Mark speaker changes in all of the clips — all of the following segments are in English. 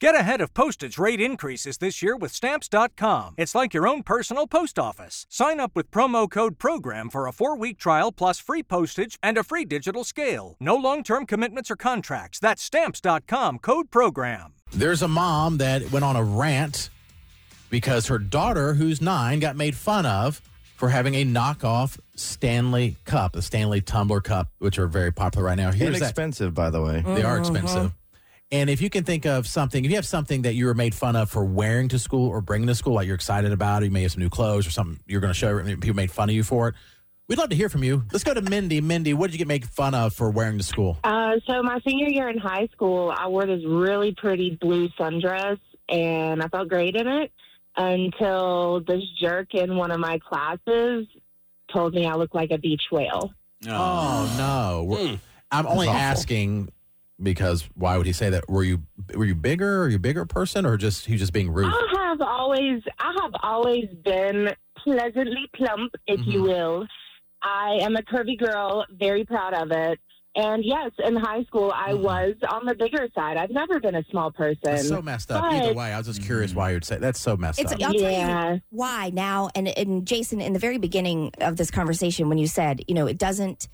Speaker 1: Get ahead of postage rate increases this year with Stamps.com. It's like your own personal post office. Sign up with promo code PROGRAM for a four week trial plus free postage and a free digital scale. No long term commitments or contracts. That's Stamps.com code PROGRAM.
Speaker 2: There's a mom that went on a rant because her daughter, who's nine, got made fun of for having a knockoff Stanley cup, the Stanley tumbler cup, which are very popular right now. Here's that.
Speaker 3: Inexpensive, by the
Speaker 4: Mm,
Speaker 3: way.
Speaker 2: They are expensive. And if you can think of something, if you have something that you were made fun of for wearing to school or bringing to school, like you're excited about, or you may have some new clothes or something you're going to show, everyone, people made fun of you for it. We'd love to hear from you. Let's go to Mindy. Mindy, what did you get made fun of for wearing to school?
Speaker 5: Uh, so my senior year in high school, I wore this really pretty blue sundress, and I felt great in it until this jerk in one of my classes told me I looked like a beach whale.
Speaker 2: Oh no!
Speaker 6: Hmm.
Speaker 2: We're- I'm only
Speaker 3: That's awful.
Speaker 2: asking because why would he say that? Were you were you bigger? Are you a bigger person, or just he was just being rude?
Speaker 5: I have always, I have always been pleasantly plump, if
Speaker 4: Mm-hmm.
Speaker 5: you will. I am a curvy girl, very proud of it. And yes, in high school, I
Speaker 2: Mhm.
Speaker 4: Mm-hmm.
Speaker 5: was on the bigger side. I've never been a small person.
Speaker 2: That's so messed up. Either
Speaker 5: but-
Speaker 2: way, I was just curious why you'd say that's so messed
Speaker 4: It's-
Speaker 2: up.
Speaker 4: I'll tell you-
Speaker 5: yeah.
Speaker 4: why now and and Jason in the very beginning of this conversation when you said you know it doesn't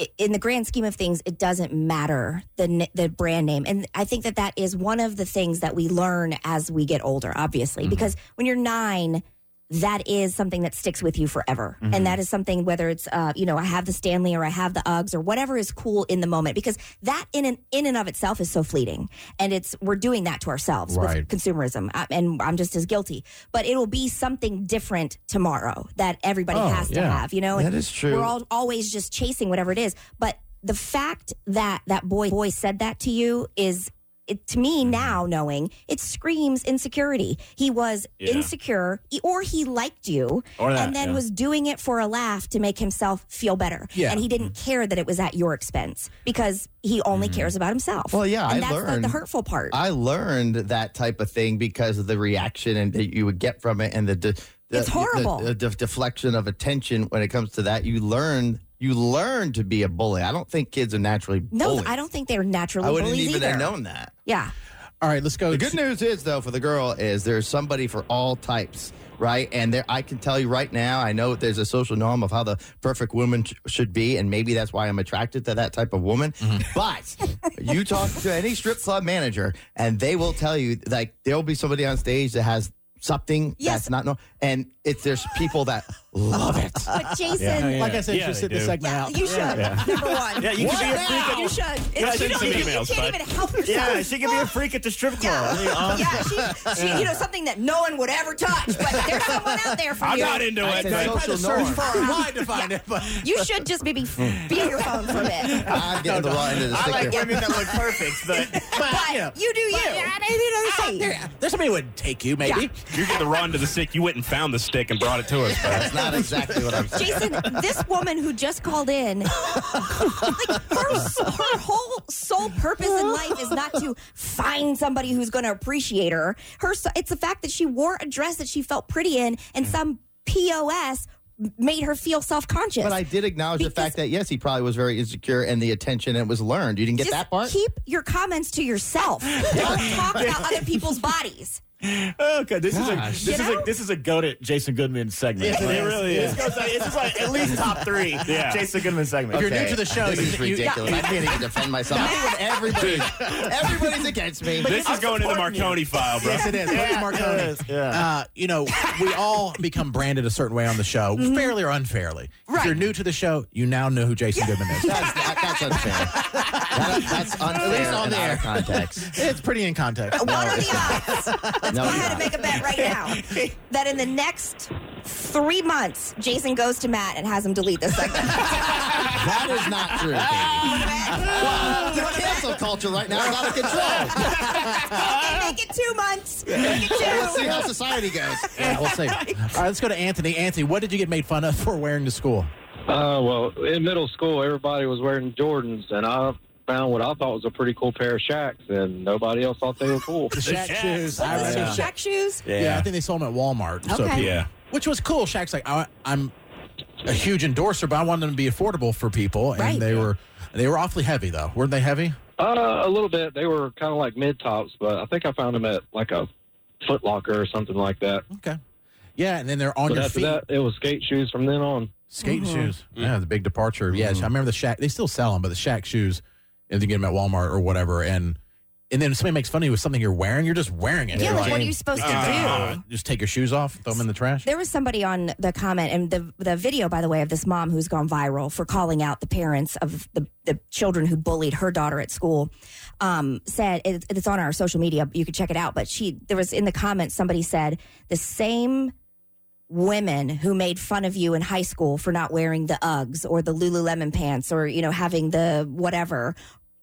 Speaker 4: i- in the grand scheme of things it doesn't matter the n- the brand name and I think that that is one of the things that we learn as we get older obviously
Speaker 2: Mm-hmm.
Speaker 4: because when you're 9 that is something that sticks with you forever
Speaker 2: Mm-hmm.
Speaker 4: and that is something whether it's uh, you know I have the Stanley or I have the Uggs or whatever is cool in the moment because that in and in and of itself is so fleeting and it's we're doing that to ourselves
Speaker 2: Right.
Speaker 4: with consumerism, I- and I'm just as guilty. But it'll be something different tomorrow that everybody
Speaker 2: Oh,
Speaker 4: has to
Speaker 2: yeah.
Speaker 4: have, you know.
Speaker 3: That
Speaker 4: And
Speaker 3: is true.
Speaker 4: We're all always just chasing whatever it is. But the fact that that boy boy said that to you is. It, to me
Speaker 3: Mm-hmm.
Speaker 4: now knowing it screams insecurity he was
Speaker 6: Yeah.
Speaker 4: insecure e- or he liked you
Speaker 6: Or that,
Speaker 4: and then
Speaker 6: yeah.
Speaker 4: was doing it for a laugh to make himself feel better
Speaker 2: Yeah.
Speaker 4: and he didn't
Speaker 3: Mm-hmm.
Speaker 4: care that it was at your expense because he only cares about himself
Speaker 3: Well, yeah,
Speaker 4: and
Speaker 3: I
Speaker 4: that's the-
Speaker 3: learned-
Speaker 4: the hurtful part
Speaker 3: I learned that type of thing because of the reaction and that you would get from it, and the, de- the
Speaker 4: It's horrible.
Speaker 3: the, the def- deflection of attention when it comes to that. You learn, you learn to be a bully. I don't think kids are naturally
Speaker 4: No,
Speaker 3: bullies.
Speaker 4: I don't think they're naturally
Speaker 3: I wouldn't
Speaker 4: bullies
Speaker 3: even
Speaker 4: either.
Speaker 3: have known that.
Speaker 4: Yeah,
Speaker 2: All right, let's go.
Speaker 3: The good news is, though, for the girl is there's somebody for all types, right? And there, I can tell you right now, I know there's a social norm of how the perfect woman sh- should be, and maybe that's why I'm attracted to that type of woman. But you talk to any strip club manager, and they will tell you like there'll be somebody on stage that has something
Speaker 4: Yes.
Speaker 3: that's not normal, and it's there's people that love it.
Speaker 4: but Jason,
Speaker 6: Yeah.
Speaker 2: like I said,
Speaker 6: Yeah,
Speaker 2: just
Speaker 6: they
Speaker 2: sit this
Speaker 6: do.
Speaker 2: segment
Speaker 4: yeah,
Speaker 2: out.
Speaker 4: you should number one.
Speaker 6: Yeah, you could be a freak at-
Speaker 4: You should. It's-
Speaker 6: Yeah,
Speaker 4: you
Speaker 6: send
Speaker 4: don't
Speaker 6: some
Speaker 4: even-
Speaker 6: emails,
Speaker 4: you can't
Speaker 6: bud.
Speaker 4: even help yourself.
Speaker 6: Yeah, she could be a
Speaker 4: Well,
Speaker 6: freak at the strip club. Really,
Speaker 4: Yeah,
Speaker 6: uh,
Speaker 4: yeah, she, she, you know, something that no one would ever touch, but there's someone out there for
Speaker 6: I'm
Speaker 4: you.
Speaker 6: not into it.
Speaker 3: said
Speaker 2: Try to
Speaker 3: so.
Speaker 6: but-
Speaker 3: Social
Speaker 2: search
Speaker 3: norm.
Speaker 2: for it. Wide to find it, but
Speaker 4: You should just maybe be on your phone for a bit.
Speaker 3: I'm getting the raw end of the
Speaker 6: I
Speaker 3: stick.
Speaker 6: like
Speaker 3: here.
Speaker 6: women that look perfect, but
Speaker 4: But you do you.
Speaker 2: out there, there's somebody who would take you, maybe.
Speaker 6: you're getting the raw end of the stick. You went and found the stick and brought it to us. But
Speaker 3: That's not exactly what I'm saying.
Speaker 4: Jason, this woman who just called in, like her, her whole sole purpose in life is not to find somebody who's going to appreciate her. Her, it's the fact that she wore a dress that she felt pretty in, and some pos made her feel self conscious.
Speaker 3: But I did acknowledge the
Speaker 4: Because-
Speaker 3: fact that yes, he probably was very insecure, and the attention it was learned. You didn't get
Speaker 4: Just
Speaker 3: that part.
Speaker 4: keep your comments to yourself. Don't talk about other people's bodies.
Speaker 6: okay, this
Speaker 3: Gosh.
Speaker 6: is a this
Speaker 4: You
Speaker 6: is
Speaker 4: know?
Speaker 6: a this is a go to Jason Goodman segment.
Speaker 3: Yes, it
Speaker 6: Like,
Speaker 3: is.
Speaker 6: really
Speaker 3: Yes.
Speaker 6: is. This, goes like, this is like at least top three.
Speaker 7: Yeah.
Speaker 6: Jason Goodman segment.
Speaker 2: If you're new to the show,
Speaker 3: this
Speaker 2: you-
Speaker 3: is
Speaker 2: you-
Speaker 3: ridiculous. I can't even defend myself. I hate when everybody, everybody's against me.
Speaker 6: This is going in the Marconi file, bro.
Speaker 2: Yes, it is. Thanks, Marconi.
Speaker 6: it is. Yeah.
Speaker 2: Uh, you know, we all become branded a certain way on the show, fairly or unfairly. If
Speaker 4: Mm-hmm. Right.
Speaker 2: you're new to the show, you now know who Jason Goodman is.
Speaker 3: That's, that, that's unfair. That- that's unfair. At
Speaker 2: least on
Speaker 3: and
Speaker 2: there.
Speaker 3: out of context.
Speaker 2: It's pretty in context.
Speaker 4: What are the odds? Let's
Speaker 3: No,
Speaker 4: go
Speaker 3: it's
Speaker 4: ahead
Speaker 3: not.
Speaker 4: and make a bet right now that in the next three months, Jason goes to Matt and has him delete this segment.
Speaker 3: That is not true. baby. The cancel culture right now is out of control.
Speaker 4: okay, make it two months. Make
Speaker 3: Let's see
Speaker 4: it
Speaker 3: how society goes.
Speaker 2: Yeah, we'll see. All right, let's go to Anthony. Anthony, what did you get made fun of for wearing to school?
Speaker 8: Uh, well, in middle school, everybody was wearing Jordans, and I found what I thought was a pretty cool pair of Shacks, and nobody else thought they were cool.
Speaker 2: The Shaq
Speaker 6: Shaqs.
Speaker 2: shoes.
Speaker 4: two.
Speaker 2: I
Speaker 4: Those
Speaker 2: remember
Speaker 4: are
Speaker 2: Shaq-
Speaker 4: Check shoes.
Speaker 2: Yeah. I think they sold them at Walmart. So
Speaker 4: Okay.
Speaker 2: people-
Speaker 6: Yeah.
Speaker 2: Which was cool. Shaq's like, I, I'm a huge endorser, but I wanted them to be affordable for people, and
Speaker 4: Right.
Speaker 2: they were they were awfully heavy though. Weren't they heavy?
Speaker 8: Uh, a little bit. They were kind of like mid tops, but I think I found them at like a Foot Locker or something like that.
Speaker 2: Okay. Yeah, and then they're on
Speaker 8: But
Speaker 2: your
Speaker 8: after
Speaker 2: feet.
Speaker 8: that, it was skate shoes from then on.
Speaker 2: Skate
Speaker 4: Mhm.
Speaker 2: shoes. Yeah, the big departure. Yeah,
Speaker 8: Mm-hmm.
Speaker 2: I remember the Shack. They still sell them, but the Shack shoes, and you get them at Walmart or whatever. And and then if somebody makes fun of you with something you're wearing, you're just wearing it.
Speaker 4: Yeah,
Speaker 2: You're
Speaker 4: like what are you supposed to do?
Speaker 6: Ah.
Speaker 2: just take your shoes off, throw them in the trash.
Speaker 4: There was somebody on the comment and the the video, by the way, of this mom who's gone viral for calling out the parents of the, the children who bullied her daughter at school. Um, said it, it's on our social media, you can check it out. But she there was in the comments somebody said the same women who made fun of you in high school for not wearing the Uggs or the Lululemon pants or you know having the whatever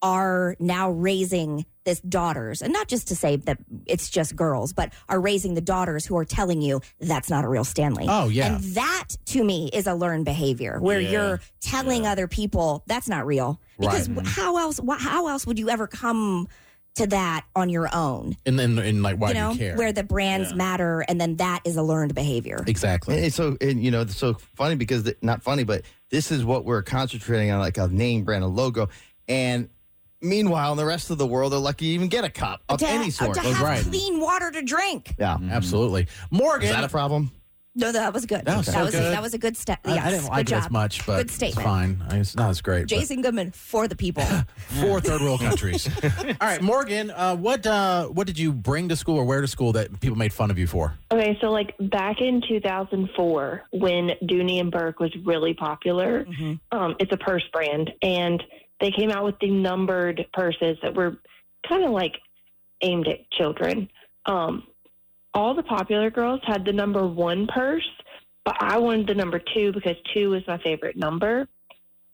Speaker 4: are now raising this daughters and not just to say that it's just girls but are raising the daughters who are telling you that's not a real stanley
Speaker 2: Oh, yeah.
Speaker 4: and that to me is a learned behavior where
Speaker 6: Yeah.
Speaker 4: you're telling other people that's not real because
Speaker 2: Right. Mm-hmm.
Speaker 4: wh- how else wh- how else would you ever come to that on your own
Speaker 2: And then and like why
Speaker 4: you know
Speaker 2: do you care?
Speaker 4: where the brands
Speaker 6: Yeah.
Speaker 4: matter and then that is a learned behavior
Speaker 2: exactly.
Speaker 3: And it's so and you know it's so funny because the, not funny, but this is what we're concentrating on, like a name brand, a logo, and meanwhile, in the rest of the world, they're lucky to even get a cup of
Speaker 4: to,
Speaker 3: any
Speaker 4: uh,
Speaker 3: sort.
Speaker 4: to have
Speaker 2: Right.
Speaker 4: clean water to drink.
Speaker 3: yeah,
Speaker 2: Mm-hmm. Absolutely,
Speaker 3: is
Speaker 2: Morgan.
Speaker 3: that a problem?
Speaker 4: No, that was good.
Speaker 2: That was so
Speaker 4: a,
Speaker 2: good.
Speaker 4: that was a good step.
Speaker 2: I-
Speaker 4: Yes,
Speaker 2: I didn't like
Speaker 4: good
Speaker 2: it
Speaker 4: job.
Speaker 2: as much, but
Speaker 4: good statement.
Speaker 2: it's fine. I- It's not as great. but-
Speaker 4: Jason Goodman for the people.
Speaker 2: Four third world countries. All right, Morgan. Uh, what uh, what did you bring to school or wear to school that people made fun of you for?
Speaker 7: Okay, so like back in 2004, when Dooney and Burke was really popular,
Speaker 4: Mhm.
Speaker 7: um, it's a purse brand, and they came out with the numbered purses that were kind of like aimed at children. Um, all the popular girls had the number one purse, but I wanted the number two because two was my favorite number.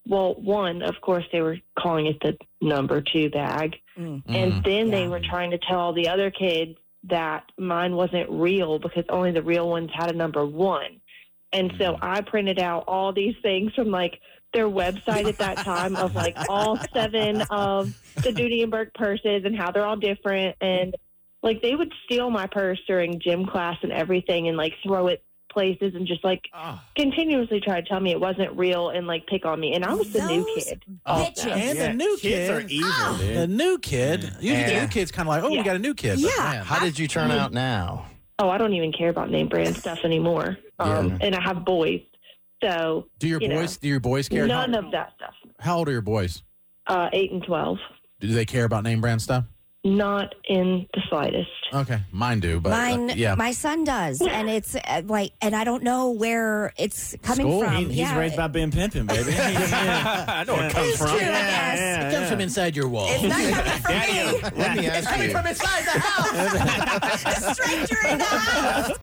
Speaker 7: Well, one, of course, they were calling it the number two bag.
Speaker 4: Mm.
Speaker 2: Mm-hmm.
Speaker 7: And then
Speaker 4: Yeah.
Speaker 7: they were trying to tell all the other kids that mine wasn't real because only the real ones had a number one. And so I printed out all these things from like their website at that time of like all seven of the Dooney and Burke purses and how they're all different. And like they would steal my purse during gym class and everything and like throw it places and just like continuously try to tell me it wasn't real and like pick on me. And I was the new
Speaker 4: Those
Speaker 7: kid.
Speaker 2: Oh,
Speaker 4: Bitches.
Speaker 2: And the new
Speaker 6: kids
Speaker 2: kid.
Speaker 6: are evil,
Speaker 4: Ah.
Speaker 6: dude.
Speaker 2: The new kid. Usually the
Speaker 3: Yeah.
Speaker 2: new kid's kind of like, oh, we
Speaker 7: Yeah.
Speaker 2: got a new kid. But,
Speaker 4: Yeah.
Speaker 2: man,
Speaker 3: How did you turn out now?
Speaker 7: oh, I don't even care about name brand stuff anymore. Um,
Speaker 3: Yeah.
Speaker 7: And I have boys. So
Speaker 2: do your
Speaker 7: You know.
Speaker 2: boys? Do your boys care?
Speaker 7: none
Speaker 2: how,
Speaker 7: of that stuff.
Speaker 2: how old are your boys?
Speaker 7: Uh, 8 and 12.
Speaker 2: Do they care about name brand stuff?
Speaker 7: Not in the slightest.
Speaker 2: Okay, mine do, but uh,
Speaker 4: Mine,
Speaker 2: yeah,
Speaker 4: my son does, and it's uh, like, and I don't know where it's coming
Speaker 2: School.
Speaker 4: from.
Speaker 9: He- he's
Speaker 4: yeah,
Speaker 9: raised by Ben Pimpin, baby. Yeah.
Speaker 6: I know where it comes
Speaker 4: It's true,
Speaker 6: from.
Speaker 4: I guess.
Speaker 2: it comes from inside your wall.
Speaker 4: it's not coming from me.
Speaker 3: Let me ask you.
Speaker 4: It's inside the house. A stranger in the house.